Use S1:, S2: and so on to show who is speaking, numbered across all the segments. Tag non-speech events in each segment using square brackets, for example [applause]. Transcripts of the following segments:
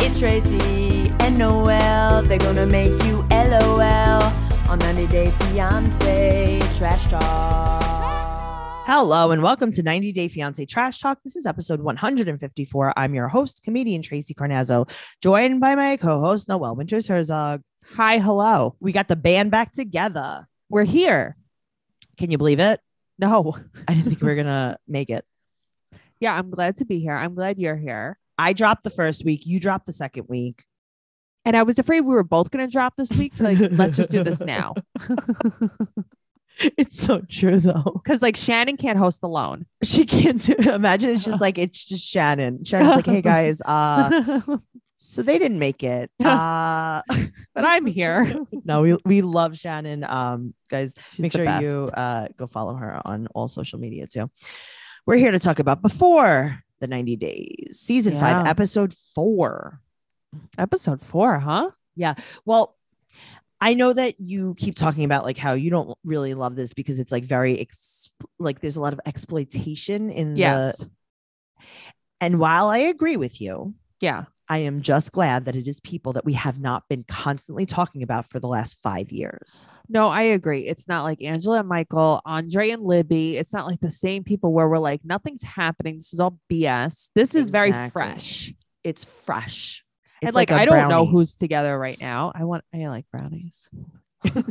S1: It's Tracy and Noel. They're gonna make you LOL on 90 Day Fiance Trash Talk.
S2: Hello and welcome to 90 Day Fiance Trash Talk. This is episode 154. I'm your host, comedian Tracy Carnazzo, joined by my co-host Noel Winters Herzog.
S3: Hi, hello.
S2: We got the band back together.
S3: We're here.
S2: Can you believe it?
S3: No.
S2: I didn't [laughs] think we were gonna make it.
S3: Yeah, I'm glad to be here. I'm glad you're here.
S2: I dropped the first week. You dropped the second [laughs] week.
S3: And I was afraid we were both going to drop this week. So, like, let's just do this now.
S2: [laughs]
S3: [laughs]
S2: It's so true though.
S3: Because, like, Shannon can't host alone.
S2: She can't do. Imagine it's just like it's just Shannon. Shannon's like, hey guys, [laughs] uh, so they didn't make [laughs] it. Uh,
S3: but I'm here.
S2: no, we we love Shannon. Um, guys,
S3: She's
S2: make
S3: the
S2: sure
S3: best.
S2: you uh, go follow her on all social media too. We're here to talk about before the 90 days, season five,
S3: Yeah.
S2: episode four.
S3: Episode four, huh?
S2: Well, I know that you keep talking about like how you don't really love this because it's like very ex- like there's a lot of exploitation in
S3: Yes.
S2: the. And while I agree with you,
S3: yeah.
S2: I am just glad that it is people that we have not been constantly talking about for the last five years.
S3: No, I agree. It's not like Angela and Michael, Andre and Libby. It's not like the same people where we're like, nothing's happening. This is all BS. This is very
S2: Exactly.
S3: fresh.
S2: It's fresh.
S3: and
S2: It's
S3: like,
S2: a
S3: I don't know
S2: brownie.
S3: who's together right now. I want, I like brownies.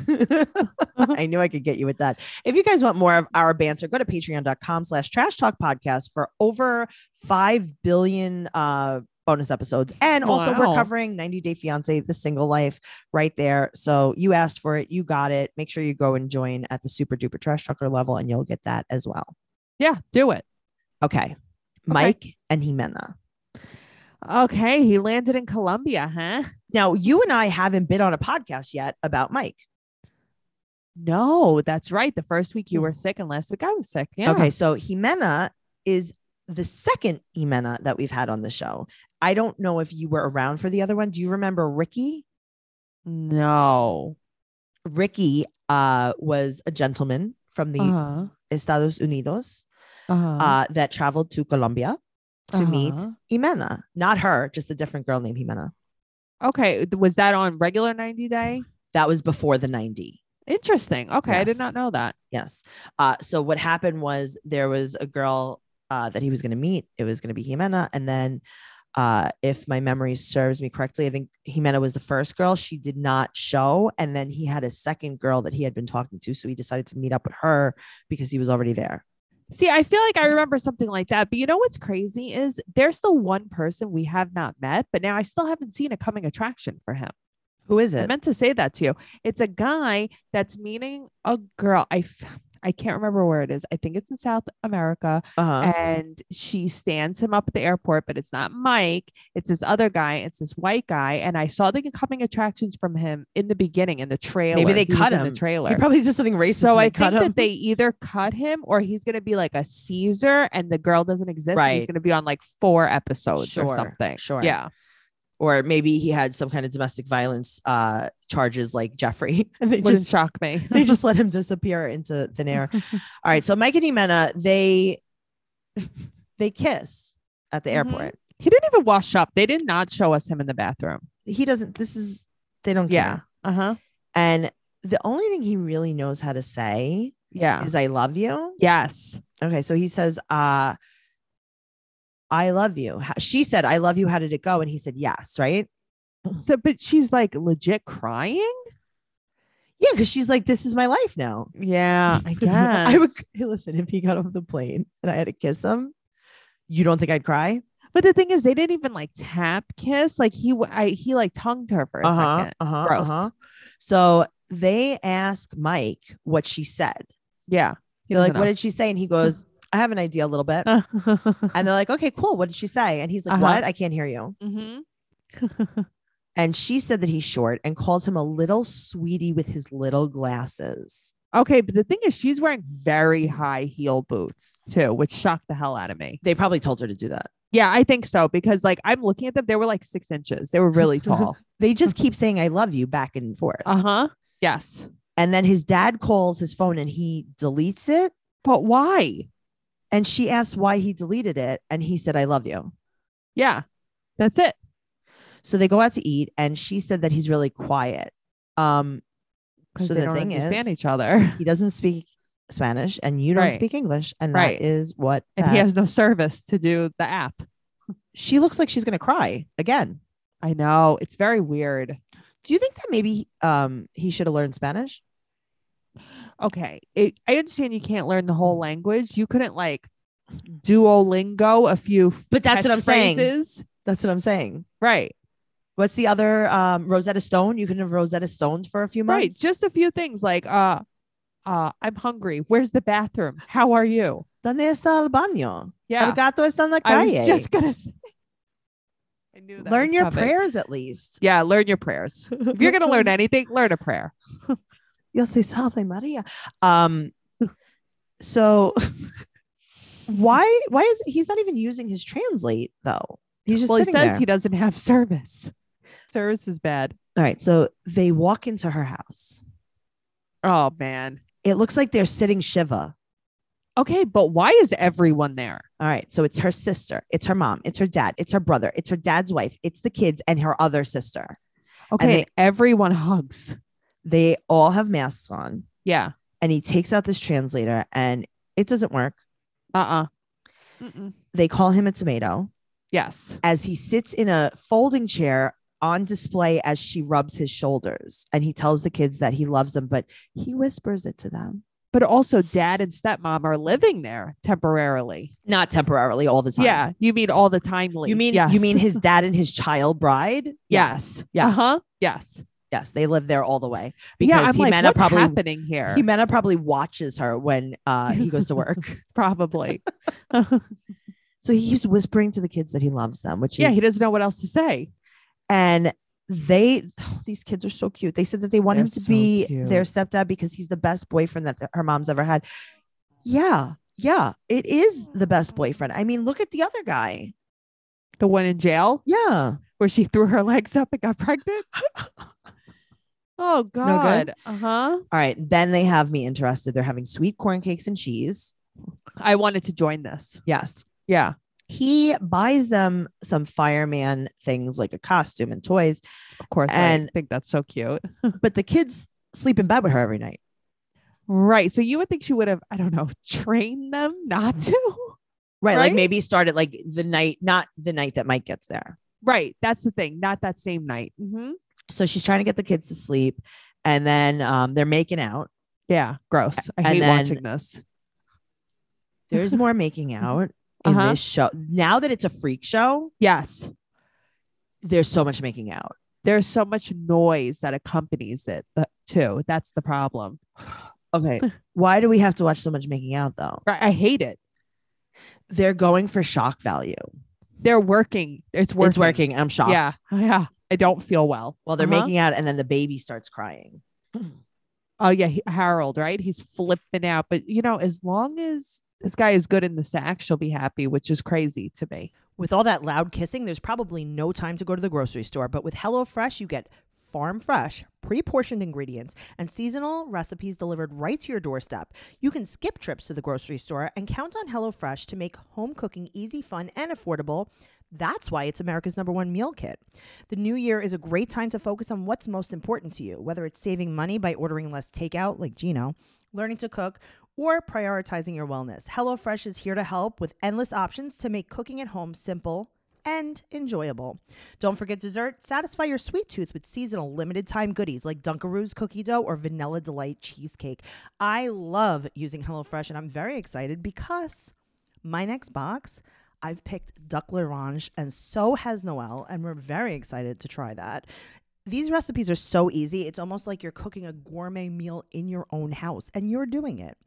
S2: I knew I could get you with that. If you guys want more of our banter, go to patreon.com slash trash talk podcast for over 5 billion uh, bonus episodes. And also we're
S3: Wow.
S2: covering 90 Day Fiance, the single life right there. So you asked for it. You got it. Make sure you go and join at the super duper trash talker level and you'll get that as well.
S3: Yeah, do it.
S2: Okay. Mike and Jimena.
S3: Okay. He landed in Colombia, huh?
S2: Now you and I haven't been on a podcast yet about Mike.
S3: No, that's right. The first week you were sick, and last week I was sick. Yeah.
S2: Mm. Okay, so Jimena is the second Jimena that we've had on the show. I don't know if you were around for the other one. Do you remember Ricky?
S3: Mm-hmm. No.
S2: Ricky uh, was a gentleman from the
S3: Uh-huh.
S2: Estados Unidos
S3: Uh-huh.
S2: uh, that traveled to Colombia to meet
S3: Uh-huh.
S2: Jimena. Not her, just a different girl named Jimena.
S3: Okay. th- Was that on regular 90 day?
S2: That was before the 90.
S3: Interesting. Okay. I
S2: Yes.
S3: did not know that.
S2: Yes. Uh, so what happened was there was a girl uh, that he was going to meet. It was going to be Jimena. And then, uh, if my memory serves me correctly, I think Jimena was the first girl. She did not show. And then he had a second girl that he had been talking to. So he decided to meet up with her because he was already there.
S3: See, I feel like I remember something like that. But you know what's crazy is there's the one person we have not met, but now I still haven't seen a coming attraction for him.
S2: Who is
S3: I
S2: it?
S3: meant to say that to you. It's a guy that's meeting a girl. I, f- I can't remember where it is. I think it's in South America.
S2: Uh-huh.
S3: and she stands him up at the airport, but it's not Mike. It's this other guy. It's this white guy. And I saw the coming attractions from him in the beginning in the trailer.
S2: they
S3: He was
S2: cut
S3: in
S2: him.
S3: the trailer.
S2: He probably did something racist. and
S3: so
S2: they
S3: I
S2: cut
S3: think
S2: him.
S3: that they either cut him or he's going to be like a Caesar, and the girl doesn't exist. and
S2: Right.
S3: he's going to be on like four episodes
S2: Sure,
S3: or something.
S2: sure.
S3: Yeah.
S2: or maybe he had some kind of domestic violence uh, charges like Jeffrey. [laughs] And they
S3: Wouldn't
S2: just
S3: shock me. [laughs]
S2: they just let him disappear into thin air. All right. So Mike and Jimena, they they kiss at the
S3: Mhm.
S2: airport.
S3: he didn't even wash up. They did not show us him in the bathroom.
S2: He doesn't, this is they don't care.
S3: Yeah. Uh
S2: Uh-huh.
S3: huh.
S2: And the only thing he really knows how to say
S3: Yeah.
S2: is I love you.
S3: Yes.
S2: Okay. So he says, uh, I love you. Ho- She said, I love you. How did it go? And he said, yes, right?
S3: So, but she's like legit crying.
S2: [laughs] Yeah, because she's like, this is my life now.
S3: Yeah, Uh, I guess.
S2: [laughs] I would hey, listen if he got off the plane and I had to kiss him. You don't think I'd cry?
S3: But the thing is, they didn't even like tap kiss. Like he, w- I, he like tongued her for a second.
S2: Uh-huh,
S3: Gross.
S2: So they ask Mike what she said.
S3: Yeah. He
S2: They're like,
S3: doesn't
S2: what did she say? And he goes, I have an idea a little bit.
S3: know. [laughs]
S2: And they're like, okay, cool. What did she say? And he's like,
S3: Uh-huh.
S2: what? I can't hear you.
S3: Mhm.
S2: And she said that he's short and calls him a little sweetie with his little glasses.
S3: Okay, but the thing is, she's wearing very high heel boots too, which shocked the hell out of me.
S2: They probably told her to do that.
S3: Yeah, I think so because like I'm looking at them, they were like six inches. They were
S2: [laughs]
S3: really tall.
S2: They
S3: [laughs]
S2: just keep saying, I love you back and forth.
S3: uh huh. Yes,
S2: And then his dad calls his phone and he deletes it.
S3: but why?
S2: And she asks why he deleted it. And he said, I love you.
S3: Yeah, that's it.
S2: So they go out to eat, and she said that he's really quiet. Um,
S3: because
S2: so
S3: they
S2: the
S3: don't
S2: thing
S3: understand
S2: is,
S3: each other, [laughs]
S2: he doesn't speak Spanish, and you don't
S3: Right.
S2: speak English, and
S3: Right.
S2: that is what.
S3: and he
S2: that-
S3: has no service to do the app.
S2: she looks like she's gonna cry again.
S3: I know it's very weird.
S2: Do you think that maybe um he should have learned Spanish?
S3: Okay, it, I understand you can't learn the
S2: Mm.
S3: whole language. You couldn't like Duolingo a few.
S2: But that's what I'm saying.
S3: catchphrases?
S2: That's what I'm saying.
S3: Right,
S2: What's the other um Rosetta Stone? You could have Rosetta Stone for a few months.
S3: right. Just a few things like uh, uh, I'm hungry. Where's the bathroom? How are you?
S2: ¿Dónde está el baño?
S3: Yeah,
S2: El gato está en la
S3: I was
S2: calle.
S3: just gonna say. I knew that
S2: Learn
S3: was
S2: your
S3: coming.
S2: prayers at least.
S3: Yeah, learn your prayers. if you're
S2: [laughs]
S3: gonna learn anything, learn a prayer.
S2: Dios te salve Maria. Um,
S3: [laughs]
S2: so why why is he's not even using his translate though? He's just
S3: well, he
S2: sitting
S3: says
S2: there.
S3: he doesn't have service. Service is bad.
S2: All right, so they walk into her house.
S3: Oh man.
S2: It looks like they're sitting shiva.
S3: Okay, but why is everyone there?
S2: All right, so it's her sister, it's her mom, it's her dad, it's her brother, it's her dad's wife, it's the kids, and her other sister.
S3: Okay,
S2: they-
S3: and everyone hugs.
S2: They all have masks on,
S3: Yeah.
S2: and he takes out this translator, and it doesn't work. Uh-uh.
S3: Uh. uh Mm-mm.
S2: They call him a tomato
S3: Yes.
S2: as he sits in a folding chair on display as she rubs his shoulders, and he tells the kids that he loves them, but he whispers it to them.
S3: But also, dad and stepmom are living there temporarily.
S2: Not temporarily, all the time.
S3: Yeah. You mean all the time?
S2: You mean you mean
S3: [laughs]
S2: his dad and his child bride?
S3: yes?
S2: Yeah.
S3: Uh huh. Yes.
S2: Yes, they live there all the way
S3: yeah. I'm
S2: because
S3: like,
S2: Jimena
S3: what's
S2: probably
S3: happening here?
S2: Jimena probably watches her when uh, he goes to work.
S3: [laughs]
S2: [laughs]
S3: probably. [laughs]
S2: so he's whispering to the kids that he loves them, which
S3: yeah.
S2: is,
S3: He doesn't know what else to say.
S2: And they, [sighs] these kids are so cute. They said that they want
S3: They're
S2: him to
S3: so
S2: be
S3: cute.
S2: their stepdad because he's the best boyfriend that th- her mom's ever had. Yeah, yeah, it is the best boyfriend. I mean, look at the other guy.
S3: The one in jail
S2: Yeah,
S3: where she threw her [laughs] legs up and
S2: [laughs]
S3: got pregnant. oh God.
S2: good?
S3: uh huh.
S2: all right. Then they have me interested. They're having sweet corn cakes and cheese.
S3: I wanted to join this.
S2: Yes.
S3: Yeah.
S2: He buys them some fireman things like a costume and toys,
S3: Of course.
S2: And-
S3: I think that's so cute.
S2: but the kids sleep in bed with her every night.
S3: Right. So you would think she would have, I don't know, [laughs] trained them not
S2: Mm.
S3: to.
S2: Right,
S3: right?
S2: Like maybe start at like the night, not the night that Mike gets there.
S3: Right. That's the thing. Not that same night. hmm
S2: So she's trying to get the kids to sleep. And then um, they're making out.
S3: Yeah. Gross. I
S2: And
S3: hate
S2: then-
S3: watching this.
S2: There's more
S3: [laughs]
S2: making out in
S3: Uh-huh.
S2: this show. Now that it's a freak show,
S3: Yes.
S2: there's so much making out.
S3: There's so much noise that accompanies it th- too. That's the problem.
S2: Okay. [laughs] Why do we have to watch so much making out though?
S3: Right. I hate it.
S2: They're going for shock value.
S3: They're working. It's working.
S2: It's working. and I'm shocked.
S3: Yeah. Yeah. I don't feel well.
S2: While they're
S3: Uh-huh.
S2: making out, and then the baby starts crying.
S3: Oh yeah, he- Harold, right? He's flipping out. But you know, as long as this guy is good in the sack, she'll be happy, which is crazy to me.
S2: With all that loud kissing, there's probably no time to go to the grocery store, but with HelloFresh, you get farm fresh, pre portioned ingredients, and seasonal recipes delivered right to your doorstep. You can skip trips to the grocery store and count on HelloFresh to make home cooking easy, fun, and affordable. That's why it's America's number one meal kit. The new year is a great time to focus on what's most important to you, whether it's saving money by ordering less takeout, like Gino, learning to cook, or prioritizing your wellness. HelloFresh is here to help with endless options to make cooking at home simple and enjoyable. Don't forget dessert. Satisfy your sweet tooth with seasonal limited time goodies like Dunkaroos cookie dough or Vanilla Delight cheesecake. I love using HelloFresh and I'm very excited because my next box, I've picked duck l'orange and so has Noelle and we're very excited to try that. These recipes are so easy. It's almost like you're cooking a gourmet meal in your own house and you're doing it.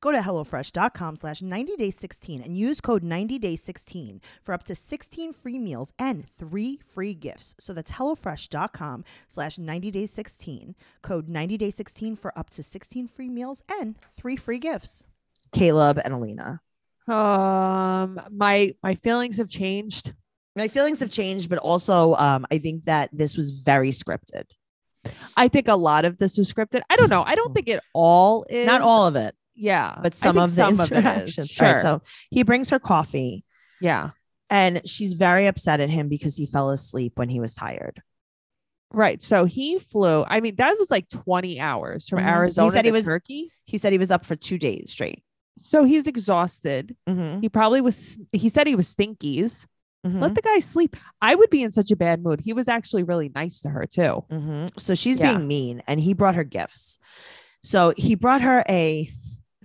S2: Go to HelloFresh.com slash 90day16 and use code 90day16 for up to 16 free meals and three free gifts. So that's HelloFresh.com slash 90day16. Code 90day16 for up to 16 free meals and three free gifts. Caleb and Alina.
S3: Um, my my feelings have changed.
S2: My feelings have changed, but also um, I think that this was very scripted.
S3: I think a lot of this is scripted. I don't know. I don't think it all is.
S2: Mm-hmm. Not all of it,
S3: Yeah. I
S2: but some
S3: think
S2: of the
S3: some
S2: interactions.
S3: Of it is. Sure.
S2: Right, so he brings her coffee.
S3: yeah.
S2: And she's very upset at him because he fell asleep when he was tired.
S3: Right. So he flew. I mean, that was like 20 hours from
S2: Mhm. He
S3: Arizona
S2: said he
S3: to
S2: was-
S3: Turkey.
S2: He said he was up for two days straight.
S3: So he's exhausted.
S2: Mhm,
S3: He probably was, he said he was stinkies.
S2: mhm,
S3: Let the guy sleep. I would be in such a bad mood. He was actually really nice to her, too.
S2: mhm. So she's
S3: mm-hmm. Yeah.
S2: being mean and he brought her gifts. So he brought her a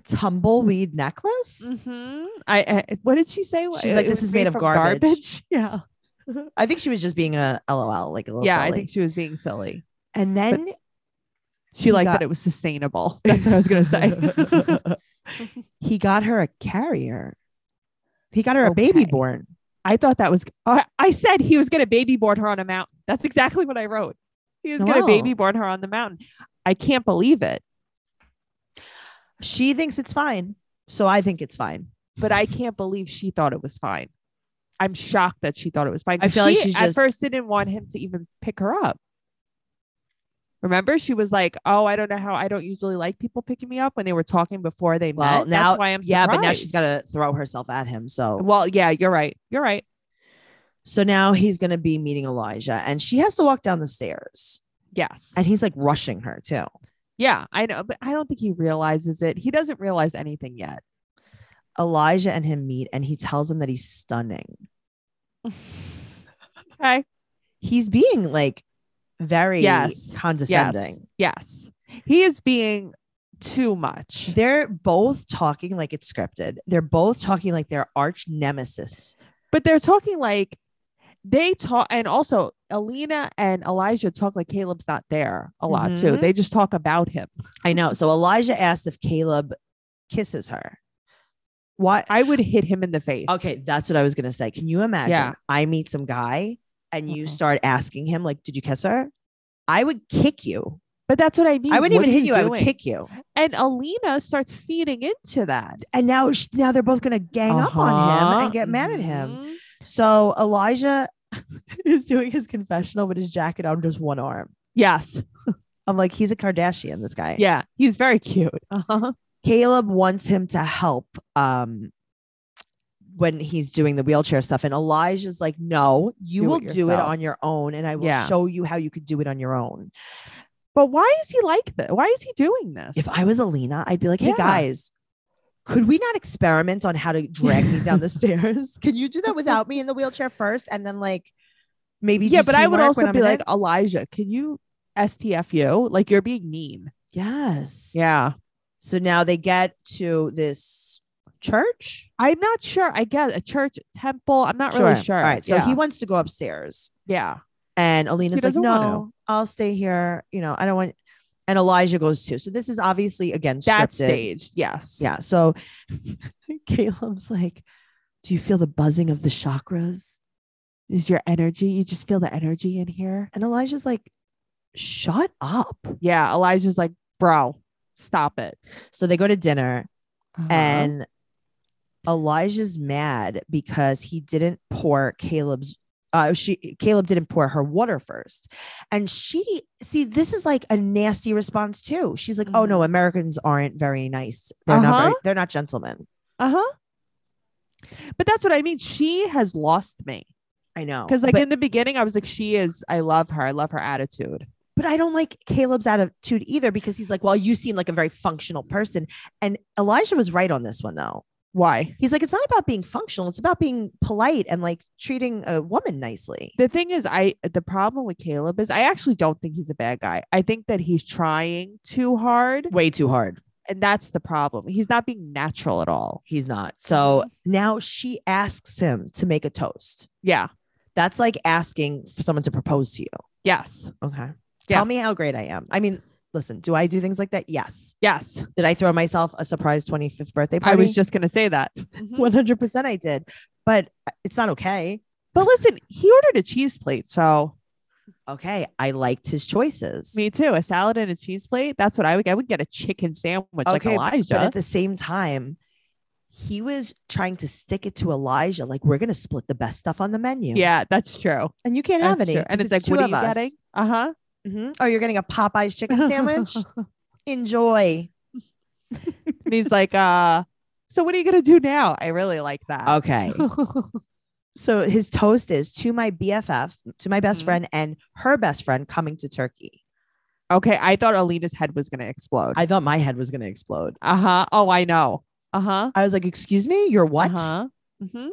S2: tumbleweed necklace.
S3: Mm-hmm. I, I what did she say?
S2: She's like,
S3: It
S2: "This
S3: was
S2: is made of
S3: from
S2: garbage."
S3: [laughs] Yeah,
S2: I think she was just being a LOL, like a little
S3: yeah. I
S2: silly.
S3: think she was being silly.
S2: and then
S3: [laughs] She liked
S2: got-
S3: that it was sustainable. [laughs] That's what I was gonna say.
S2: [laughs] he got her a carrier. He got her a baby
S3: Okay.
S2: born.
S3: I thought that was. I I said he was gonna baby board her on a mountain. That's exactly what I wrote. He was gonna
S2: Wow.
S3: baby board her on the mountain. I can't believe it,
S2: She thinks it's fine. So I think it's fine.
S3: but I can't believe she thought it was fine. I'm shocked that she thought it was
S2: I
S3: fine. 'cause
S2: feel like
S3: she
S2: she's
S3: at
S2: just-
S3: first didn't want him to even pick her up. Remember, she was like, "Oh, I don't know how. I don't usually like people picking me up when they were talking before they
S2: Well,
S3: met.
S2: now,
S3: That's why I'm
S2: yeah, but now she's
S3: surprised."
S2: got to throw herself at him. So,
S3: Well, yeah, you're right. You're right.
S2: so now he's going to be meeting Elijah, and she has to walk down the stairs,
S3: Yes.
S2: and he's like rushing her too.
S3: yeah, I know, but I don't think he realizes it. He doesn't realize anything yet. [laughs]
S2: Elijah and him meet, and he tells him that he's stunning.
S3: okay.
S2: He's being like very
S3: Yes. Yes.
S2: condescending.
S3: Yes. He is being too much.
S2: They're both talking like it's scripted. They're both talking like they're arch nemesis.
S3: But they're talking like they talk, and also Alina and Elijah talk like Caleb's not there a lot too.
S2: Mhm.
S3: They just talk about him.
S2: I know. So Elijah asks if Caleb kisses her. Why?
S3: I would hit him in the face.
S2: Okay, that's what I was gonna say. Can you imagine?
S3: Yeah.
S2: I meet some guy and you
S3: Mhm.
S2: start asking him, like, "Did you kiss her?" I would kick you.
S3: But that's what I mean.
S2: I wouldn't
S3: What
S2: even
S3: are
S2: hit you. I would
S3: doing?
S2: kick you.
S3: And Alina starts feeding into that.
S2: And now, sh- now they're both gonna gang up on him
S3: Uh-huh.
S2: and get mad at him.
S3: Mhm.
S2: So Elijah [laughs] is doing his confessional with his jacket on, just one arm.
S3: Yes.
S2: I'm like, he's a Kardashian. This guy.
S3: Yeah, he's very cute. Uh-huh.
S2: Caleb wants him to help um when he's doing the wheelchair stuff and Elijah's like no you
S3: Do it
S2: will do it
S3: yourself."
S2: on your own and I will
S3: Yeah.
S2: show you how you could do it on your own.
S3: But why is he like that? Why is he doing this?
S2: If I was Alina I'd be like hey
S3: Yeah.
S2: guys could we not experiment on how to drag me
S3: [laughs]
S2: down the stairs? Can you do that without me in the wheelchair first and then like maybe
S3: yeah,
S2: do
S3: but I would
S2: teamwork when
S3: also
S2: I'm
S3: be
S2: in
S3: like
S2: it?"
S3: Elijah, can you STFU? Like you're being mean.
S2: yes.
S3: Yeah,
S2: So now they get to this church.
S3: I'm not sure. I guess a church, temple. I'm not really sure.
S2: All right. So
S3: yeah.
S2: he wants to go upstairs.
S3: yeah,
S2: And Alina's like,
S3: doesn't wanna.
S2: no, I'll stay here. You know, I don't want. And Elijah goes too. So this is obviously again scripted.
S3: that staged. Yes.
S2: Yeah. So [laughs] Caleb's like, do you feel the buzzing of the chakras?
S3: Is your energy? You just feel the energy in here.
S2: And Elijah's like, shut up.
S3: Yeah. Elijah's like, bro, stop it.
S2: So they go to dinner
S3: Uh-huh.
S2: and Elijah's mad because he didn't pour Caleb's. Uh, she Caleb didn't pour her water first, and she see this is like a nasty response too. She's like, "Oh no, Americans aren't very nice. They're not. Very,
S3: Mm-hmm. Uh-huh.
S2: they're not gentlemen."
S3: uh huh. But that's what I mean. She has lost me.
S2: I know
S3: Because like
S2: but,
S3: in the beginning, I was like, she is. I love her. I love her attitude.
S2: but I don't like Caleb's attitude either because he's like, "Well, you seem like a very functional person," and Elijah was right on this one though.
S3: Why?
S2: He's like, "It's not about being functional. It's about being polite and like treating a woman nicely."
S3: The thing is, I the problem with Caleb is I actually don't think he's a bad guy. I think that he's trying too hard,
S2: Way too hard.
S3: and that's the problem. He's not being natural at all.
S2: He's not. So
S3: Mm-hmm.
S2: now she asks him to make a toast.
S3: Yeah.
S2: That's like asking for someone to propose to you.
S3: Yes.
S2: Okay.
S3: Yeah.
S2: Tell me how great I am. I mean, listen, do I do things like that? Yes.
S3: Yes.
S2: Did I throw myself a surprise 25th birthday party? Mm-hmm.
S3: I was just gonna say that.
S2: 100% I did, but it's not okay.
S3: But listen, he ordered a cheese plate, so
S2: Okay. I liked his choices.
S3: me too. A salad and a cheese plate. That's what I would. get. I would get a chicken sandwich
S2: Okay,
S3: like Elijah.
S2: But at the same time, he was trying to stick it to Elijah, like, we're going to split the best stuff on the menu.
S3: yeah, that's true.
S2: And you can't
S3: That's
S2: have any.
S3: true.
S2: 'cause
S3: And it's, like,
S2: two
S3: what are
S2: of
S3: you
S2: us.
S3: getting? Uh huh.
S2: Mhm. Oh, you're getting a Popeye's
S3: [laughs]
S2: chicken sandwich? Enjoy.
S3: [laughs] And he's like, uh, so what are you gonna do now? I really like that.
S2: Okay. So his toast is to my BFF, to my best
S3: Mhm.
S2: friend and her best friend coming to Turkey.
S3: Okay, I thought Alina's head was gonna explode.
S2: I thought my head was going to explode.
S3: Uh huh. Oh, I know. Uh huh.
S2: I was like, "Excuse me, you're what?"
S3: Uh-huh. hmm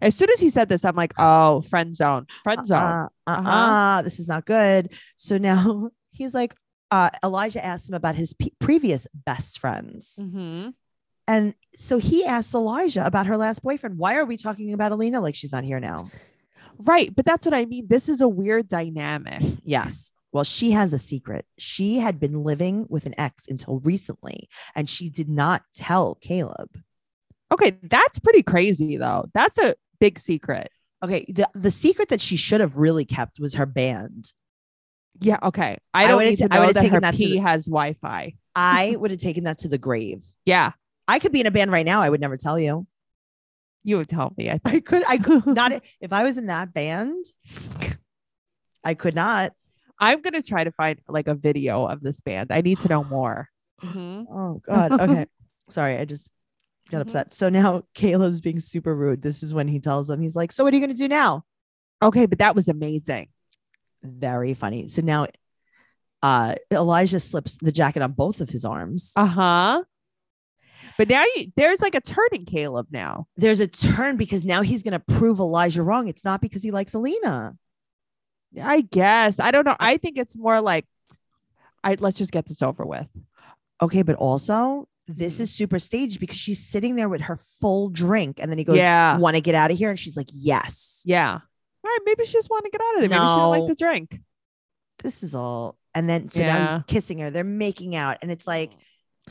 S3: As soon as he said this, I'm like, oh, friend zone, friend zone.
S2: uh, uh,
S3: Uh-huh.
S2: uh, this is not good. So now [laughs] he's like, uh, Elijah asked him about his pe- previous best friends.
S3: hmm
S2: And so he asks Elijah about her last boyfriend. Why are we talking about Alina like she's not here now?
S3: Right. But that's what I mean. This is a weird dynamic.
S2: Yes. Well, she has a secret. She had been living with an ex until recently, and she did not tell Caleb.
S3: Okay. That's pretty crazy, though. That's a big secret.
S2: Okay. The, the secret that she should have really kept was her band.
S3: Yeah. Okay. I
S2: I
S3: don't
S2: would've
S3: need to
S2: ta- I
S3: know
S2: would've
S3: that
S2: taken
S3: her
S2: that to
S3: P
S2: the-
S3: has Wi Fi.
S2: [laughs] I would have taken that to the grave.
S3: Yeah.
S2: I could be in a band right now. I would never tell you.
S3: You would tell me. I
S2: [laughs]
S3: think.
S2: I could, I could [laughs] not. If I was in that band, I could not.
S3: I'm going to try to find like a video of this band. I need to
S2: [gasps]
S3: know more. Mhm.
S2: Oh, [laughs] God. Okay. Sorry. I just got
S3: Mhm.
S2: upset. So now Caleb's being super rude. This is when he tells them, he's like, So what are you going to do now?
S3: Okay. But that was amazing.
S2: very funny. So now uh Elijah slips the jacket on both of his arms.
S3: Uh huh. But now you, there's like a turning Caleb now.
S2: There's a turn because now he's going to prove Elijah wrong. It's not because he likes Alina.
S3: I guess. I don't know. I think it's more like I let's just get this over with.
S2: Okay, but also this
S3: Mhm.
S2: is super staged because she's sitting there with her full drink and then he goes,
S3: yeah.
S2: "Want to get out of here?" and she's like, "Yes."
S3: Yeah. All right. Maybe she just want to get out of there. Maybe she don't
S2: No.
S3: like the drink.
S2: This is all. And then so now
S3: Yeah.
S2: he's kissing her. They're making out and it's like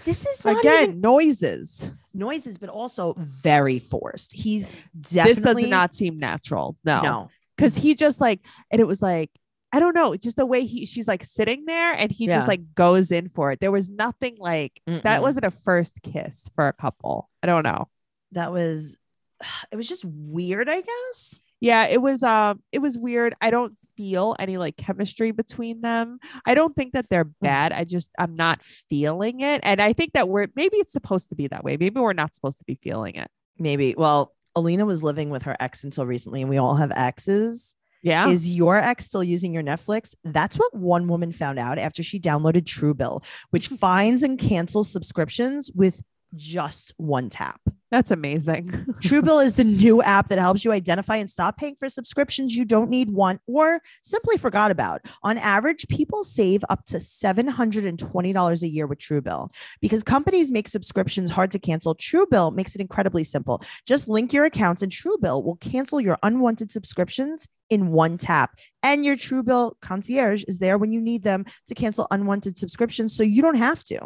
S2: this is not
S3: again,
S2: even
S3: noises.
S2: noises but also very forced. He's
S3: This does
S2: definitely
S3: not seem natural. No.
S2: no.
S3: Because he just like, and it was like, I don't know, just the way he she's like sitting there and he
S2: Yeah.
S3: just like goes in for it. There was nothing like
S2: Mm-mm.
S3: that wasn't a first kiss for a couple. I don't know.
S2: that was [sighs] it was just weird i guess
S3: Yeah, it was um it was weird. I don't feel any like chemistry between them. I don't think that
S2: Mm.
S3: they're bad. I just I'm not feeling it. And I think that we're maybe it's supposed to be that way. Maybe we're not supposed to be feeling it.
S2: maybe well alina was living with her ex until recently and we all have exes
S3: Yeah.
S2: is your ex still using your netflix that's what one woman found out after she downloaded truebill [laughs] which finds and cancels subscriptions with just one tap
S3: That's amazing. [laughs]
S2: truebill is the new app that helps you identify and stop paying for subscriptions you don't need want or simply forgot about on average people save up to $720 a year with truebill because companies make subscriptions hard to cancel truebill makes it incredibly simple just link your accounts and truebill will cancel your unwanted subscriptions in one tap and your truebill concierge is there when you need them to cancel unwanted subscriptions so you don't have to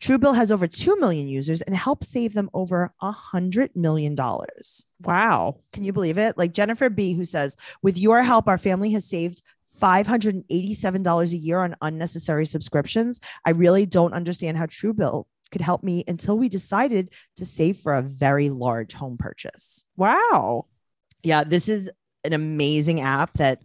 S2: truebill has over 2 million users and helps save them over $100 million
S3: wow.
S2: can you believe it? Like Jennifer B, who says, with your help, our family has saved $587 a year on unnecessary subscriptions. I really don't understand how Truebill could help me until we decided to save for a very large home purchase.
S3: Wow.
S2: Yeah, this is an amazing app that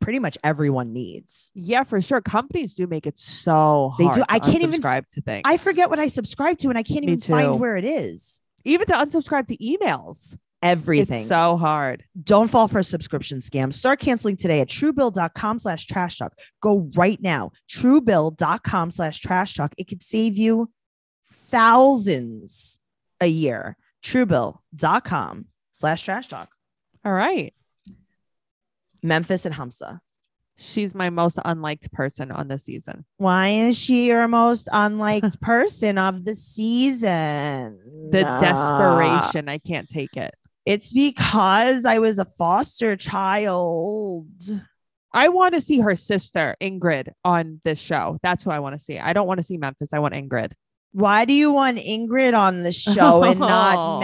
S2: pretty much everyone needs.
S3: Yeah, for sure. Companies do make it so
S2: They do.
S3: hard to
S2: I can't even-
S3: unsubscribe to things.
S2: I forget what I subscribe to and I can't
S3: Me
S2: even find
S3: too.
S2: where it is.
S3: even to unsubscribe to emails.
S2: Everything.
S3: It's so hard.
S2: Don't fall for a subscription scam. Start canceling today at truebill.com slash trash talk. Go right now. Truebill.com slash trash talk. It could save you thousands a year. Truebill.com slash trash talk.
S3: All right.
S2: Memphis and Hamza.
S3: She's my most unliked person on the season.
S2: Why is she your most [laughs] unliked person of the season?
S3: The
S2: Nah.
S3: desperation. I can't take it.
S2: It's because I was a foster child.
S3: I want to see her sister, Ingrid, on this show. That's who I want to see. I don't want to see Memphis. I want Ingrid.
S2: Why do you want Ingrid on the show and [laughs] not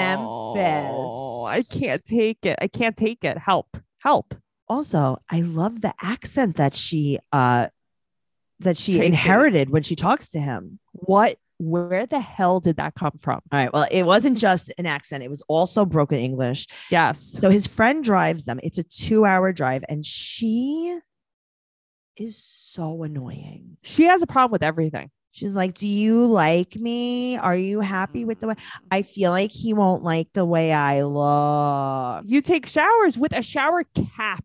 S3: [laughs] Oh, I
S2: Memphis?
S3: can't take it. I can't take it. Help. Help.
S2: Also, I love the accent that she uh that she
S3: Tracy.
S2: inherited when she talks to him.
S3: What? Where the hell did that come from?
S2: All right. Well, it wasn't just an accent, it was also broken English.
S3: Yes.
S2: So his friend drives them. It's a 2-hour drive and she is so annoying.
S3: She has a problem with everything.
S2: She's like, "Do you like me? Are you happy with the way I feel like he won't like the way I look?"
S3: You take showers with a shower cap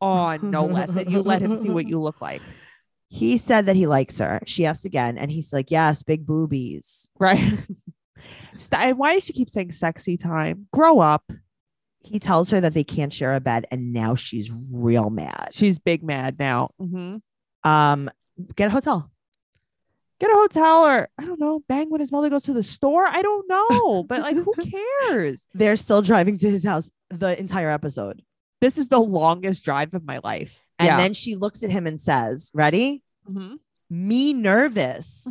S3: on, no less, and you let him see what you look like. [laughs]
S2: He said that he likes her. She asked again, and he's like, "Yes, big boobies."
S3: Right. St- and why does she keep saying sexy time? Grow up.
S2: He tells her that they can't share a bed, and now she's real mad.
S3: She's big mad now. Mhm.
S2: Um, get a hotel.
S3: Get a hotel or I don't know, bang when his mother goes to the store. I don't know, but like
S2: [laughs]
S3: who cares?
S2: They're still driving to his house the entire episode.
S3: This is the longest drive of my life.
S2: And
S3: yeah.
S2: then she looks at him and says, Ready?
S3: Mhm.
S2: Mm-hmm. Me nervous.
S3: [laughs]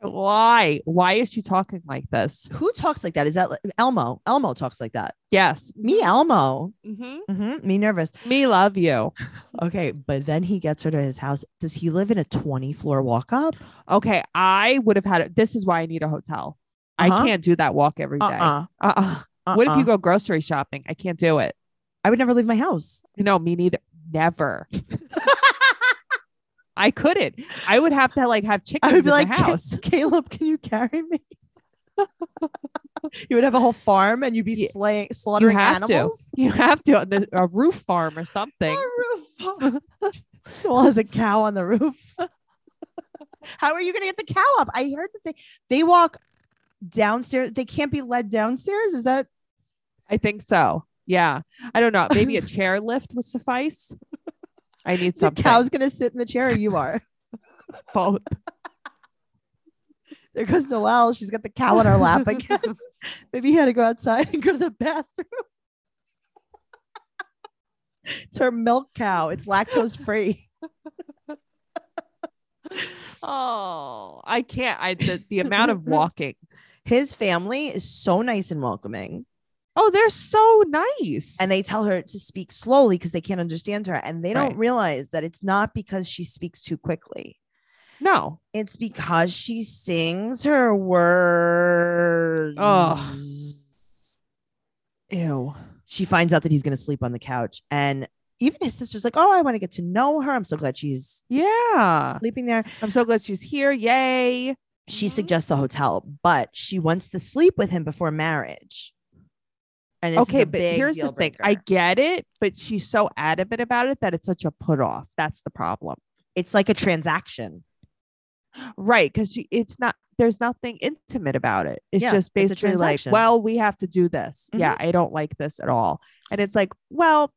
S3: why? Why is she talking like this?
S2: Who talks like that? Is that like- Elmo? Elmo talks like that.
S3: Yes.
S2: Me, Elmo.
S3: hmm
S2: Mhm, Me nervous.
S3: Me love you.
S2: Okay. But then he gets her to his house. Does he live in a 20 floor walk up?
S3: Okay, I would have had it. This is why I need a hotel.
S2: Uh-huh. Uh-uh.
S3: I can't do that walk every day. Uh-uh. What if you go grocery shopping? I can't do it.
S2: I would never leave my house.
S3: No, me neither.
S2: [laughs]
S3: Never. I couldn't. I would have to like have chickens
S2: I would be
S3: in
S2: like,
S3: the
S2: "Ca-
S3: house.
S2: [laughs] Caleb, can you carry me? you would have a whole farm and you'd be
S3: Ye-
S2: slaying, slaughtering
S3: have to.
S2: animals. [laughs]
S3: You have to on the- a roof farm or something.
S2: A [laughs] roof. well, has a cow on the roof. [laughs] How are you going to get the cow up? I heard that they they walk downstairs. They can't be led downstairs. Is that
S3: I think so. Yeah. I don't know.
S2: [laughs]
S3: Maybe a chair lift would suffice. I need
S2: the
S3: something.
S2: cow's going to sit in the chair? Or you are.
S3: both.
S2: [laughs] There goes Noelle. She's got the cow on her [laughs]
S3: [laughs]
S2: lap again. Maybe he had to go outside [laughs] and go to the bathroom. it's her milk cow. It's lactose free.
S3: oh, I can't. I the,
S2: [laughs]
S3: the amount of walking.
S2: His family is so nice and welcoming.
S3: Oh, they're so nice.
S2: and they tell her to speak slowly because they can't understand her and they don't
S3: Right.
S2: realize that it's not because she speaks too quickly
S3: no,
S2: it's because she sings her words
S3: Ugh. ew.
S2: she finds out that he's going to sleep on the couch and even his sister's like oh i want to get to know her i'm so glad she's
S3: Yeah.
S2: sleeping there
S3: I'm so glad she's here. Yay.
S2: she
S3: Mhm.
S2: suggests a hotel but she wants to sleep with him before marriage and this is
S3: okay,
S2: a
S3: but
S2: big
S3: here's the
S2: deal
S3: thing. I
S2: breaker.
S3: get it, but she's so adamant about it that it's such a put off. That's the problem.
S2: it's like a transaction
S3: Right. Cause she it's not there's nothing intimate about it. It's
S2: Yeah,
S3: just
S2: it's a
S3: basically like,
S2: transaction. Mm-hmm.
S3: well, we have to do this. Yeah, I don't like this at all. And it's like, well,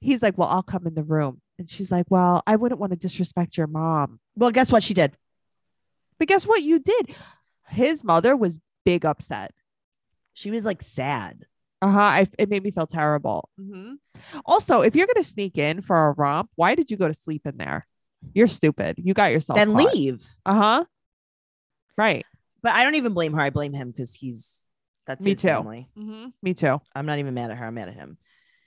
S3: he's like, Well, I'll come in the room. And she's like, Well, I wouldn't want to disrespect your mom.
S2: well guess what she did
S3: But guess what? You did. His mother was big upset.
S2: she was like sad
S3: Uh huh. I It made me feel terrible.
S2: Mm-hmm.
S3: Mhm. Also, if you're gonna sneak in for a romp, why did you go to sleep in there? You're stupid. You got yourself.
S2: then leave
S3: Uh huh. Right.
S2: But I don't even blame her. I blame him because he's that's
S3: Me
S2: his
S3: too.
S2: family.
S3: Mm-hmm. Me too.
S2: I'm not even mad at her. I'm mad at him.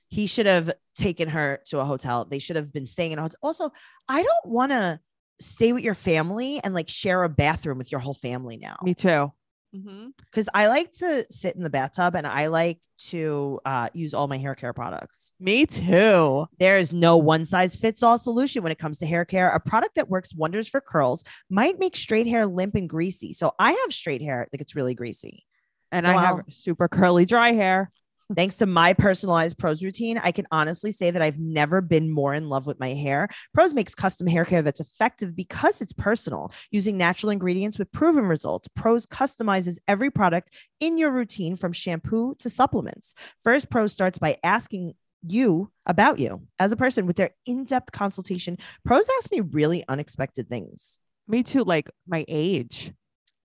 S2: He should have taken her to a hotel. They should have been staying in a hotel. Also, I don't want to stay with your family and like share a bathroom with your whole family now
S3: Me too. Mm-hmm.
S2: because I like to sit in the bathtub and I like to uh, use all my hair care products.
S3: Me too.
S2: There is no one size fits all solution when it comes to hair care. A product that works wonders for curls might make straight hair limp and greasy. So I have straight hair that gets really greasy.
S3: And I
S2: Wow.
S3: have super curly dry hair.
S2: Thanks to my personalized pros routine, I can honestly say that I've never been more in love with my hair. Pros makes custom hair care that's effective because it's personal, using natural ingredients with proven results. Pros customizes every product in your routine from shampoo to supplements. First, Pros starts by asking you about you as a person with their in depth consultation. Pros asked me really unexpected things
S3: Me too. Like my age.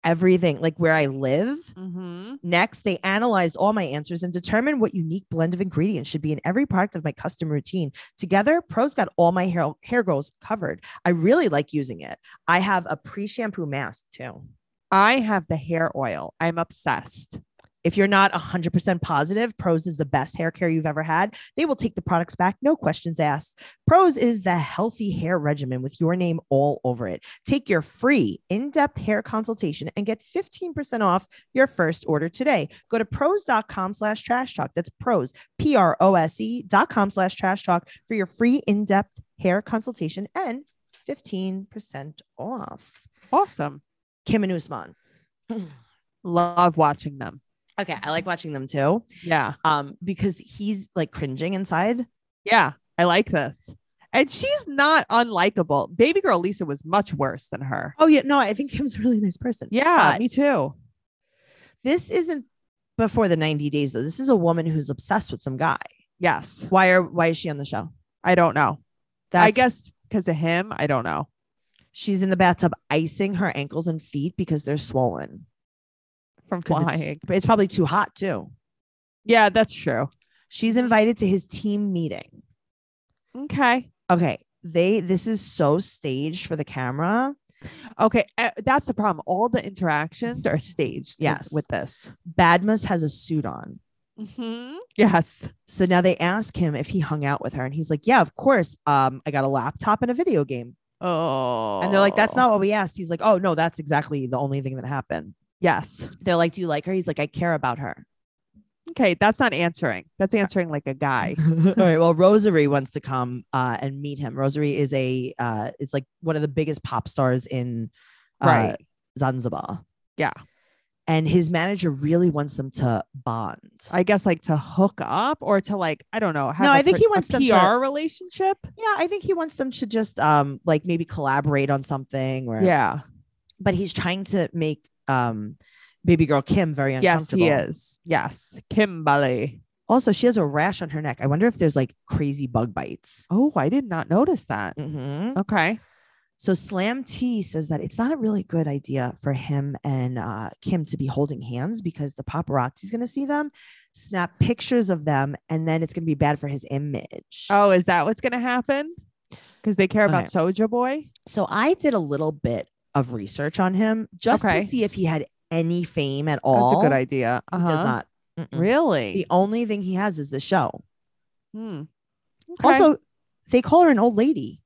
S2: everything, like where I live.
S3: Mm-hmm.
S2: Next, they analyzed all my answers and determined what unique blend of ingredients should be in every product of my custom routine. Together, Pros got all my hair hair goals covered. I really like using it. I have a pre-shampoo mask too.
S3: I have the hair oil. I'm obsessed.
S2: If you're not 100% positive, Pros is the best hair care you've ever had. They will take the products back, no questions asked. Pros is the healthy hair regimen with your name all over it. Take your free in depth hair consultation and get 15% off your first order today. Go to pros.com slash trash talk. That's pros, P R O S E dot com slash trash talk for your free in depth hair consultation and 15% off.
S3: Awesome.
S2: Kim and Usman.
S3: Love watching them.
S2: [clears throat] Okay, I like watching them too.
S3: Yeah.
S2: Um, because he's like cringing inside.
S3: Yeah. I like this. And she's not unlikable. Baby girl Lisa was much worse than her.
S2: Oh yeah, no, I think Kim's a really nice person.
S3: Yeah.
S2: But
S3: me too.
S2: this isn't before the 90 days though. This is a woman who's obsessed with some guy.
S3: Yes.
S2: Why are why is she on the show?
S3: I don't know.
S2: That's,
S3: I guess because of him. I don't know.
S2: she's in the bathtub icing her ankles and feet because they're swollen.
S3: From
S2: 'Cause it's-
S3: flying.
S2: it's probably too hot too.
S3: Yeah, that's true.
S2: She's invited to his team meeting.
S3: Okay.
S2: okay they this is so staged for the camera
S3: Okay. uh, that's the problem. All the interactions are staged. with-
S2: Yes.
S3: With, this.
S2: badmus has a suit on
S3: Mm-hmm. Yes.
S2: so now they ask him if he hung out with her and he's like yeah of course um i got a laptop and a video game
S3: Oh.
S2: and they're like that's not what we asked he's like oh no that's exactly the only thing that happened
S3: Yes.
S2: they're like do you like her he's like i care about
S3: [laughs]
S2: her
S3: Okay. That's not answering. That's answering like
S2: [laughs]
S3: a guy.
S2: all right well rosary wants to come uh and meet him rosary is a uh is like one of the biggest pop stars in uh,
S3: Right.
S2: zanzibar
S3: Yeah.
S2: and his manager really wants them to bond
S3: I guess like to hook up or to like I don't know. Have
S2: No,
S3: I
S2: I think he wants
S3: a
S2: them
S3: PR
S2: to-
S3: relationship.
S2: Yeah, I think he wants them to just um like maybe collaborate on something or
S3: Yeah.
S2: but he's trying to make um baby girl Kim very
S3: Yes,
S2: uncomfortable.
S3: he is. Yes, Kimberly.
S2: Also, she has a rash on her neck. I wonder if there's like crazy bug bites.
S3: Oh, I did not notice that.
S2: Mhm.
S3: Okay.
S2: So Slam T says that it's not a really good idea for him and uh, Kim to be holding hands because the paparazzi's going to see them, snap pictures of them, and then it's going to be bad for his image.
S3: Oh, is that what's going to happen? Because they care about
S2: Okay.
S3: Soja Boy.
S2: So I did a little bit of research on him just
S3: Okay.
S2: to see if he had any fame at all.
S3: That's a good idea. Uh
S2: He does
S3: huh.
S2: not. Mm-mm.
S3: Really?
S2: The only thing he has is the show.
S3: Hmm. Okay.
S2: Also, they call her an old lady.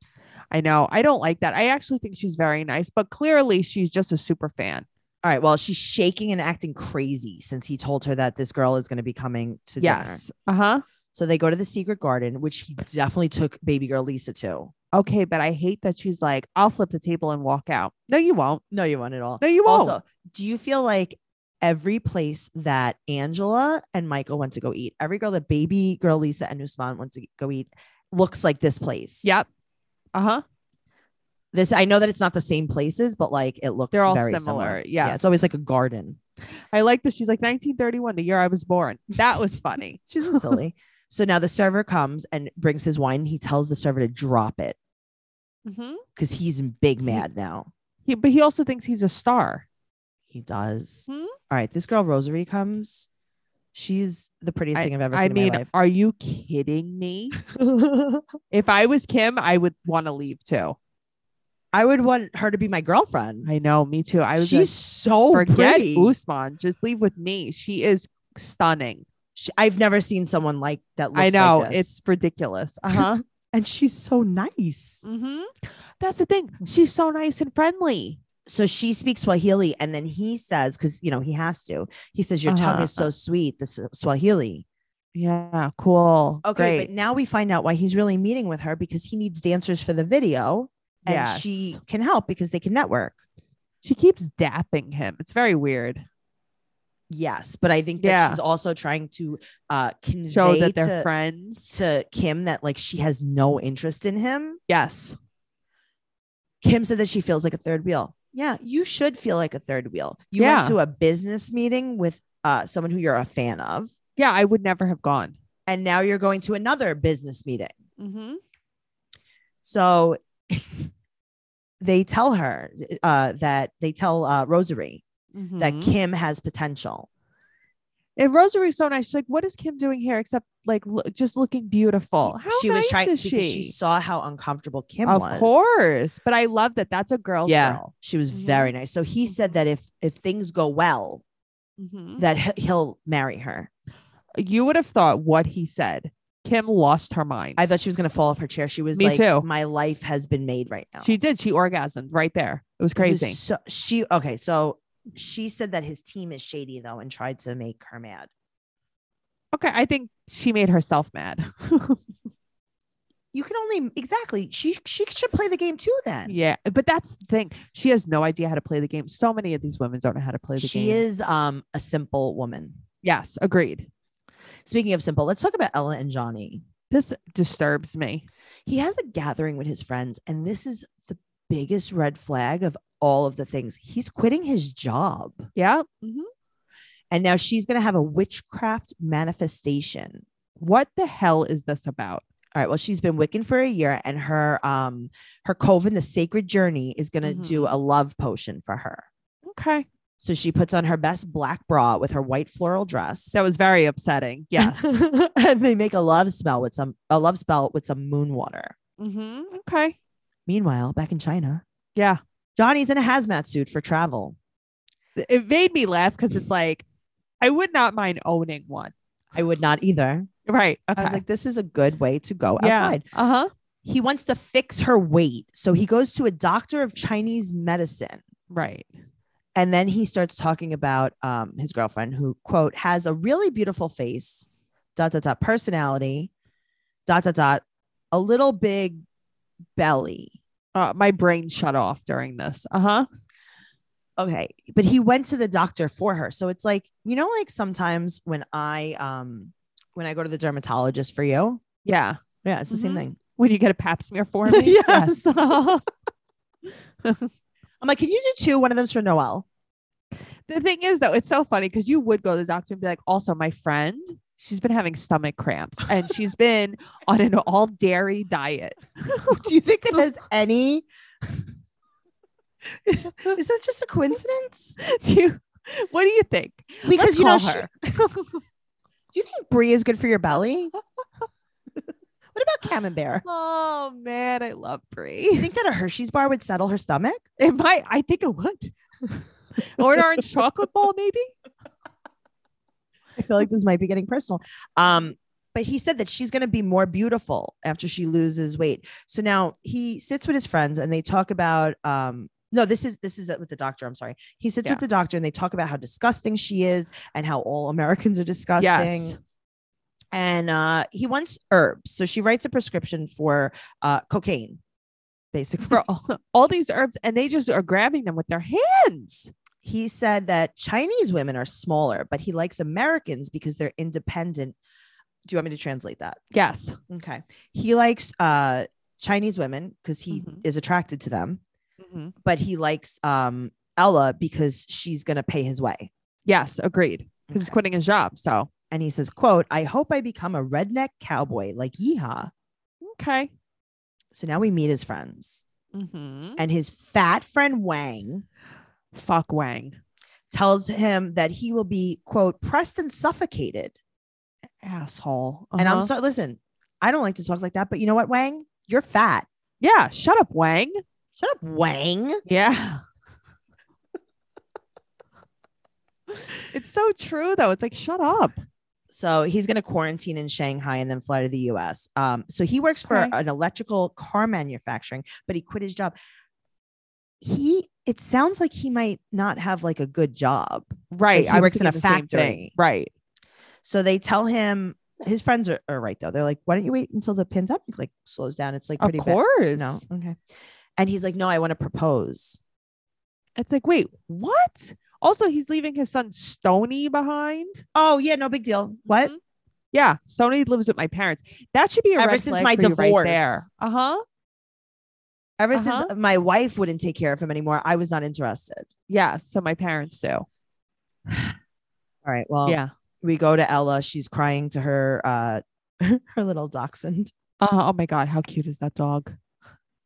S3: I know. I don't like that. I actually think she's very nice, but clearly she's just a super fan.
S2: All right. Well, she's shaking and acting crazy since he told her that this girl is going to be coming to dinner.
S3: Yes. Uh
S2: uh-huh.
S3: huh.
S2: So they go to the secret garden, which he definitely took baby girl Lisa to.
S3: Okay, but I hate that she's like, I'll flip the table and walk out. No, you won't.
S2: No, you won't at all.
S3: No, you won't.
S2: Also, do you feel like every place that Angela and Michael went to go eat, every girl that baby girl Lisa and Usman went to go eat looks like this place?
S3: Yep. Uh huh.
S2: This I know that it's not the same places, but like it looks
S3: They're all
S2: very
S3: similar,
S2: Yeah.
S3: yes.
S2: It's always like a garden.
S3: I like that she's like 1931, the year I was born. That
S2: [laughs]
S3: was funny.
S2: She's not silly. So now the server comes and brings his wine. He tells the server to drop it
S3: hmm
S2: because he's big mad now.
S3: he, but he also thinks he's a star.
S2: He does.
S3: Hmm?
S2: All right. This girl Rosary comes. She's the prettiest thing I've ever seen
S3: I mean,
S2: in my life.
S3: are you
S2: [laughs]
S3: kidding me? if I was Kim, I would want to leave too.
S2: I would want her to be my girlfriend.
S3: I know, me too. I was
S2: She's so
S3: like, forget
S2: pretty.
S3: Usman, just leave with me. She is stunning.
S2: She- I've never seen someone like that. Looks
S3: I know
S2: like this.
S3: it's
S2: [laughs]
S3: ridiculous. Uh huh.
S2: and she's so nice.
S3: hmm
S2: Mm-hmm.
S3: That's the thing. She's so nice and friendly.
S2: So she speaks Swahili, and then he says, because you know he has to. He says, "Your tongue
S3: Uh-huh.
S2: is so sweet." The S- Swahili.
S3: Yeah, cool.
S2: Okay,
S3: Great.
S2: but now we find out why he's really meeting with her because he needs dancers for the video, and
S3: Yes.
S2: she can help because they can network.
S3: she keeps dapping him. It's very weird.
S2: Yes, but I think that
S3: Yeah.
S2: she's also trying to uh, convey
S3: Show that they're
S2: to,
S3: friends.
S2: to Kim that like she has no interest in him.
S3: Yes.
S2: Kim said that she feels like a third wheel. Yeah, you should feel like a third wheel. You
S3: Yeah.
S2: went to a business meeting with uh, someone who you're a fan of,
S3: Yeah, I would never have gone.
S2: and now you're going to another business meeting.
S3: Mm-hmm.
S2: So [laughs] they tell her uh, that they tell uh, Rosary that Kim has potential.
S3: Mm-hmm. and Rosary's so nice. She's like, "What is Kim doing here? Except like, lo- just looking beautiful. Oh, How
S2: she
S3: nice
S2: was trying
S3: is she?
S2: because she saw how uncomfortable Kim
S3: of
S2: was.
S3: course, but I love that. That's a girl.
S2: Yeah,
S3: girl.
S2: she was
S3: Mhm.
S2: very nice. So he said that if if things go well,
S3: Mhm.
S2: that he- he'll marry her.
S3: You would have thought what he said. Kim lost her mind.
S2: I thought she was gonna fall off her chair. She was
S3: Me
S2: like,
S3: too.
S2: "My life has been made right now."
S3: she did. She orgasmed right there. It was
S2: It was
S3: crazy.
S2: So she okay. So she said that his team is shady though, and tried to make her mad.
S3: [laughs] okay, I think she made herself mad.
S2: you can only exactly. She she should play the game too. Then
S3: Yeah, but that's the thing. She has no idea how to play the game. So many of these women don't know how to play the
S2: she
S3: game.
S2: is um a simple woman.
S3: Yes, agreed.
S2: Speaking of simple, let's talk about Ella and Johnny.
S3: This disturbs me.
S2: He has a gathering with his friends, and this is the biggest red flag of all of the things. He's quitting his job,
S3: Yeah.
S2: Mm-hmm.
S3: mhm.
S2: and now she's going to have a witchcraft manifestation.
S3: What the hellicks this about?
S2: All right. Well, she's been Wiccan for a year, and her um her coven, the Sacred Journey, is gonna do
S3: Mm-hmm.
S2: a love potion for her.
S3: Okay.
S2: So she puts on her best black bra with her white floral dress.
S3: That was very upsetting.
S2: [laughs]
S3: Yes. [laughs]
S2: and they make a love spell with some a love spell with some moon water.
S3: hmm Okay.
S2: Meanwhile, back in China,
S3: Yeah.
S2: Johnny's in a hazmat suit for travel.
S3: It made me laugh because it's like, I would not mind owning one.
S2: I would not either.
S3: Right. Okay.
S2: I was like, this is a good way to go
S3: yeah.
S2: outside.
S3: Uh huh.
S2: He wants to fix her weight, so he goes to a doctor of Chinese medicine.
S3: Right.
S2: And then he starts talking about um, his girlfriend, who quote has a really beautiful face, dot dot dot personality, dot dot dot, a little big belly.
S3: Uh, my brain shut off during this. Uh huh.
S2: Okay, but he went to the doctor for her, so it's like you know, like sometimes when I um when I go to the dermatologist for you,
S3: Yeah.
S2: yeah, it's the same
S3: Mhm.
S2: thing.
S3: When you get a pap smear [laughs] for me.
S2: Yes.
S3: yes.
S2: I'm like, can you do two? One of them's for Noel. [laughs]
S3: The thing is, though, it's so funny because you would go to the doctor and be like, also, my friend, she's been having stomach cramps and [laughs] she's been on an all dairy diet.
S2: do you think it has any? [laughs] is that just a coincidence?
S3: [laughs] Do you, what do you think?
S2: Because
S3: Let's
S2: you know,
S3: call
S2: she-
S3: her.
S2: Do you think brie is good for your
S3: [laughs]
S2: belly? what about camembert?
S3: Oh man, I love
S2: Do you
S3: Brie.
S2: think that a Hershey's bar would settle her stomach?
S3: It might, I think it [laughs] would. or an orange chocolate ball, maybe.
S2: I feel like this might be getting personal. Um, but he said that she's going to be more beautiful after she loses weight. So now he sits with his friends and they talk about. Um, no, this is this is with the doctor. I'm sorry. He sits
S3: Yeah.
S2: with the doctor and they talk about how disgusting she is and how all Americans are disgusting.
S3: Yes.
S2: And uh, he wants herbs, so she writes a prescription for uh, cocaine, basically.
S3: For all, all these herbs, and they just are grabbing them with their hands.
S2: he said that Chinese women are smaller, but he likes Americans because they're independent. Do you want me to translate that?
S3: Yes.
S2: Okay. He likes uh, Chinese women because he
S3: Mhm.
S2: is attracted to them,
S3: Mm-hmm.
S2: but he likes um, Ella because she's going to pay his way.
S3: Yes, agreed. Because he's quitting his job. So
S2: And he says, quote, I hope I become a redneck cowboy like yeehaw.
S3: okay.
S2: So now we meet his friends
S3: Mm-hmm.
S2: and his fat friend Wang
S3: Fuck Wang.
S2: tells him that he will be, quote, pressed and suffocated.
S3: Asshole.
S2: And I'm
S3: Uh-huh.
S2: sorry, listen, I don't like to talk like that, but you know what, Wang? You're fat.
S3: Yeah, shut up, Wang.
S2: Shut up, Wang.
S3: Yeah. it's so true though. It's like shut up.
S2: So he's going to quarantine in Shanghai and then fly to the US. Um, so he works for
S3: Okay.
S2: an electrical car manufacturing, but he quit his job. He, it sounds like he might not have like a good job.
S3: Right.
S2: he
S3: I was
S2: works in a
S3: thinking the same thing.
S2: factory.
S3: Right.
S2: So they tell him, his friends are, are right though. They're like, why don't you wait until the pandemic like slows down? It's like
S3: Of
S2: pretty
S3: course.
S2: bad. No, okay. And he's like, no, I want to propose.
S3: It's like, wait, what? Also, he's leaving his son Stony behind.
S2: Oh yeah, no big deal. What?
S3: Mhm. Yeah, Stony lives with my parents. That should be a
S2: Ever
S3: red
S2: since
S3: flag
S2: my
S3: for you
S2: divorce.
S3: Right there. Uh huh.
S2: Ever
S3: Uh-huh.
S2: since my wife wouldn't take care of him anymore, I was not interested.
S3: Yeah. So my parents do.
S2: All right. Well,
S3: yeah.
S2: we go to Ella. She's crying to her uh [laughs] her little dachshund.
S3: Uh, oh my God, how cute is that dog?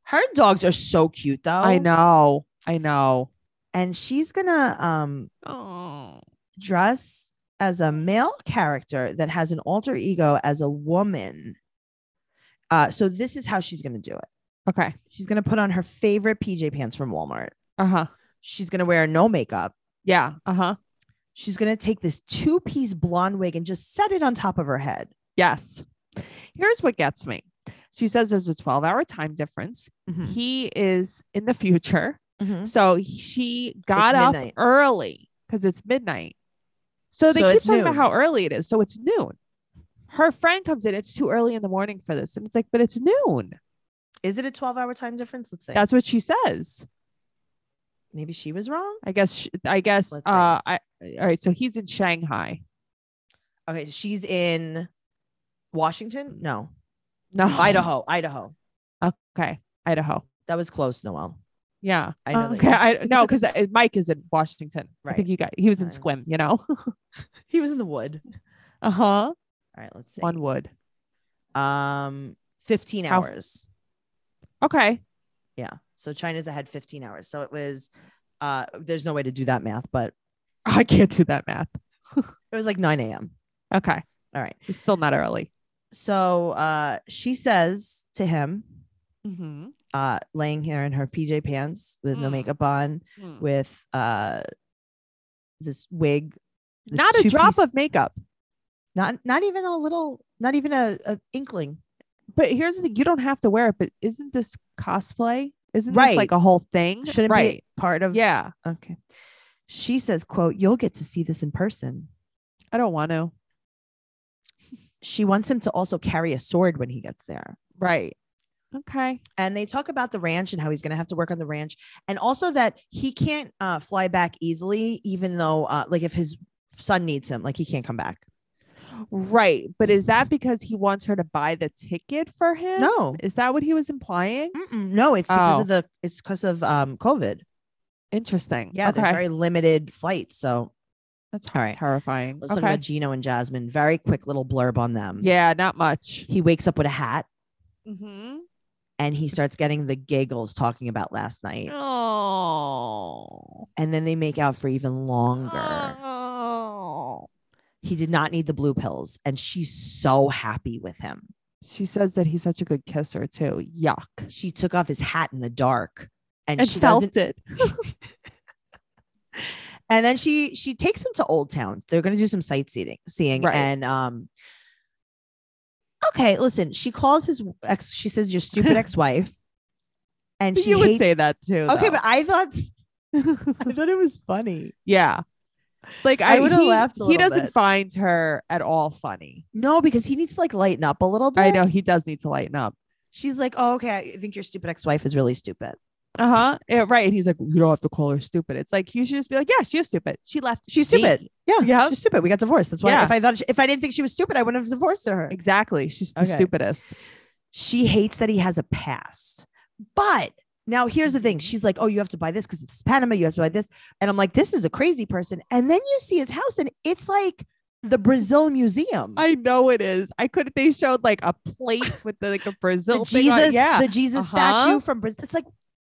S2: Her dogs are so cute though.
S3: I know. I know.
S2: And she's gonna um
S3: Oh.
S2: dress as a male character that has an alter ego as a woman. Uh, so this is how she's gonna do it.
S3: Okay.
S2: She's gonna put on her favorite PJ pants from Walmart.
S3: Uh huh.
S2: She's gonna wear no makeup.
S3: Yeah. Uh huh.
S2: She's gonna take this two-piece blonde wig and just set it on top of her head.
S3: Yes. Here's what gets me. She says there's a 12 hour time difference.
S2: Hmm.
S3: He is in the future.
S2: Mhm.
S3: So he- she got up
S2: midnight.
S3: early because it's midnight. So they
S2: So
S3: keep
S2: it's
S3: talking about
S2: noon.
S3: how early it is. So it's noon. Her friend comes in. It's too early in the morning for this, and it's like, but it's noon.
S2: Is it a 12 hour time difference? Let's say
S3: That's what she says.
S2: maybe she was wrong.
S3: I guess. sh- I guess. Uh,
S2: Let's see.
S3: I all right. So he's in Shanghai.
S2: Okay, she's in Washington. No,
S3: No,
S2: Idaho. Idaho.
S3: [laughs] Okay, Idaho.
S2: That was close, Noel.
S3: Yeah.
S2: I know that
S3: okay.
S2: you-
S3: I no, because Mike is in Washington. I
S2: Right.
S3: think you got. He was in
S2: I know.
S3: Squim. You know. [laughs]
S2: He was in the wood.
S3: uh
S2: Uh-huh.
S3: huh.
S2: All right, let's see.
S3: One would.
S2: Um, 15
S3: How-
S2: hours.
S3: Okay. [laughs]
S2: Yeah. So China's ahead 15 hours. So it was uh there's no way to do that math, but
S3: I can't do that math.
S2: it was like 9 a.m.
S3: Okay.
S2: All right.
S3: It's still not early.
S2: So uh she says to him,
S3: Mm-hmm.
S2: uh, laying here in her PJ pants with no
S3: Mm.
S2: makeup on, with uh this wig. this
S3: Not a drop
S2: two-piece-
S3: of makeup.
S2: not not even a little, not even a, a inkling.
S3: But here's the thing: you don't have to wear it. But isn't this cosplay? Isn't this
S2: Right.
S3: like a whole thing?
S2: Shouldn't
S3: right.
S2: be part of
S3: Yeah.
S2: Okay. She says, quote, you'll get to see this in person.
S3: I don't want to.
S2: She wants him to also carry a sword when he gets there.
S3: Right. Okay.
S2: and they talk about the ranch and how he's going to have to work on the ranch and also that he can't uh, fly back easily even though uh, like if his son needs him like he can't come back
S3: Right. But is that because he wants her to buy the ticket for him?
S2: no
S3: Is that what he was implying?
S2: Mm-mm. no it's because
S3: Oh.
S2: of the it's because of um covid
S3: Interesting.
S2: yeah
S3: Okay.
S2: there's very limited flights so
S3: That's
S2: all right.
S3: terrifying.
S2: let's talk
S3: Okay.
S2: about gino and jasmine very quick little blurb on them
S3: Yeah. Not much.
S2: he wakes up with a hat
S3: Mm-hmm.
S2: and he starts getting the giggles talking about last night
S3: Oh.
S2: and then they make out for even longer
S3: Oh.
S2: he did not need the blue pills and she's so happy with him
S3: She says that he's such a good kisser too. Yuck.
S2: she took off his hat in the dark and,
S3: And
S2: she
S3: felt
S2: doesn't
S3: it.
S2: and then she she takes him to old town they're going to do some sightseeing seeing
S3: Right.
S2: and um okay listen she calls his ex she says your
S3: [laughs]
S2: stupid ex-wife and she
S3: you would
S2: hates-
S3: say that too.
S2: okay
S3: though.
S2: but i thought i thought it was funny
S3: Yeah. Like
S2: I
S3: I, would
S2: would've
S3: have
S2: laughed a
S3: he
S2: little
S3: doesn't
S2: bit.
S3: find her at all funny.
S2: no because he needs to like lighten up a little bit
S3: I know he does need to lighten up.
S2: she's like oh okay i think your stupid ex-wife is really stupid
S3: Uh huh. right. And he's like, you don't have to call her stupid. It's like you should just be like, yeah, she is stupid. She left.
S2: she's
S3: me."
S2: stupid yeah
S3: Yeah.
S2: she's stupid we got divorced that's why
S3: Yeah.
S2: if i thought if i didn't think she was stupid i wouldn't have divorced her
S3: Exactly. She's the
S2: Okay.
S3: stupidest.
S2: she hates that he has a past. But now here's the thing.
S3: Mhm.
S2: She's like, oh, you have to buy this because it's Panama. You have to buy this. And I'm like, this is a crazy person. And then you see his house and it's like the Brazil Museum.
S3: I know it is. I could. They showed like a
S2: [laughs]
S3: plate with the, like a
S2: the
S3: Brazil thing on-
S2: Jesus,
S3: Yeah.
S2: the Jesus
S3: Uh-huh.
S2: statue from Brazil. It's like,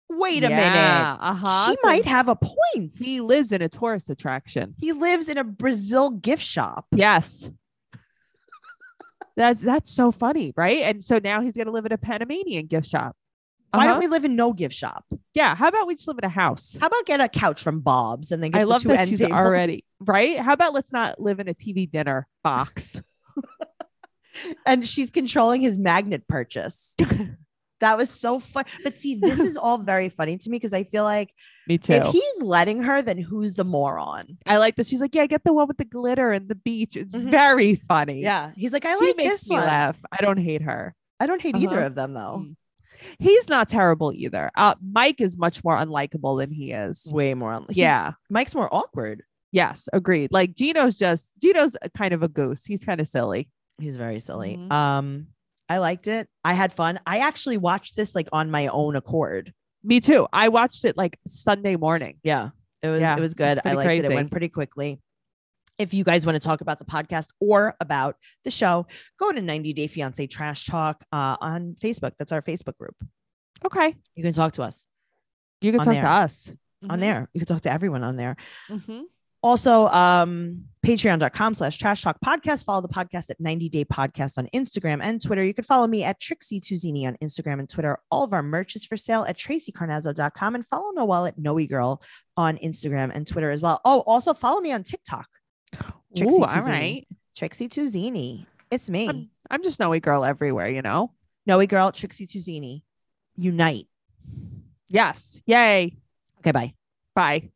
S2: wait a minute.
S3: Uh huh.
S2: She might have a point. He,
S3: He lives in a tourist attraction.
S2: lives in a Brazil gift shop.
S3: Yes. That's that's so funny, right? And so now he's gonna live in a Panamanian gift shop.
S2: Why
S3: Uh-huh.
S2: don't we live in no gift shop?
S3: Yeah. How about we just live in a house?
S2: How about get a couch from Bob's and then get
S3: I
S2: the
S3: love
S2: two
S3: that
S2: end
S3: she's
S2: tables?
S3: already right. How about let's not live in a TV dinner
S2: [laughs]
S3: box?
S2: and she's controlling his magnet
S3: [laughs]
S2: purchase. that was so fun. But see, this is all very funny to me because I feel like
S3: Me too.
S2: if he's letting her, then who's the moron?
S3: I like that she's like, yeah, get the one with the glitter and the beach. It's
S2: Mhm.
S3: very funny.
S2: Yeah. He's like, I
S3: he
S2: like
S3: makes
S2: this
S3: me
S2: one.
S3: laugh. I don't hate her.
S2: I don't hate either
S3: Uh-huh.
S2: of them though.
S3: Mm. He's not terrible either. Uh, Mike is much more unlikable than he is.
S2: Way more. on- he's-
S3: Mm. yeah.
S2: Mike's more awkward.
S3: Yes. Agreed. Like Gino's just Gino's a kind of a goose. He's kind of silly.
S2: He's very silly.
S3: Mhm.
S2: Um, I liked it. I had fun. I actually watched this like on my own accord.
S3: Me too. I watched it like Sunday morning.
S2: Yeah. It was
S3: Yeah,
S2: it was
S3: it's
S2: good. I
S3: pretty
S2: liked it. It
S3: crazy.
S2: went pretty quickly. If you guys want to talk about the podcast or about the show, go to 90 Day Fiance Trash Talk uh, on Facebook. That's our Facebook group.
S3: Okay.
S2: You can talk to us
S3: You can
S2: On
S3: talk
S2: there.
S3: to us Mm-hmm.
S2: on there. You can talk to everyone on there.
S3: hmm
S2: Also, um, patreon.com slash trash talk podcast. Follow the podcast at 90 Day Podcast on Instagram and Twitter. You can follow me at Trixie Tuzini on Instagram and Twitter. All of our merch is for sale at tracycarnazzo.com and follow Noel at Noe Girl on Instagram and Twitter as well. Oh, also follow me on TikTok. Trixie
S3: Ooh, all
S2: Tuzini.
S3: right.
S2: Trixie Tuzini. It's me.
S3: I'm, I'm just Snowy Girl everywhere, you know?
S2: Noe girl, Trixie Tuzini. Unite.
S3: Yes. Yay.
S2: Okay, bye.
S3: Bye.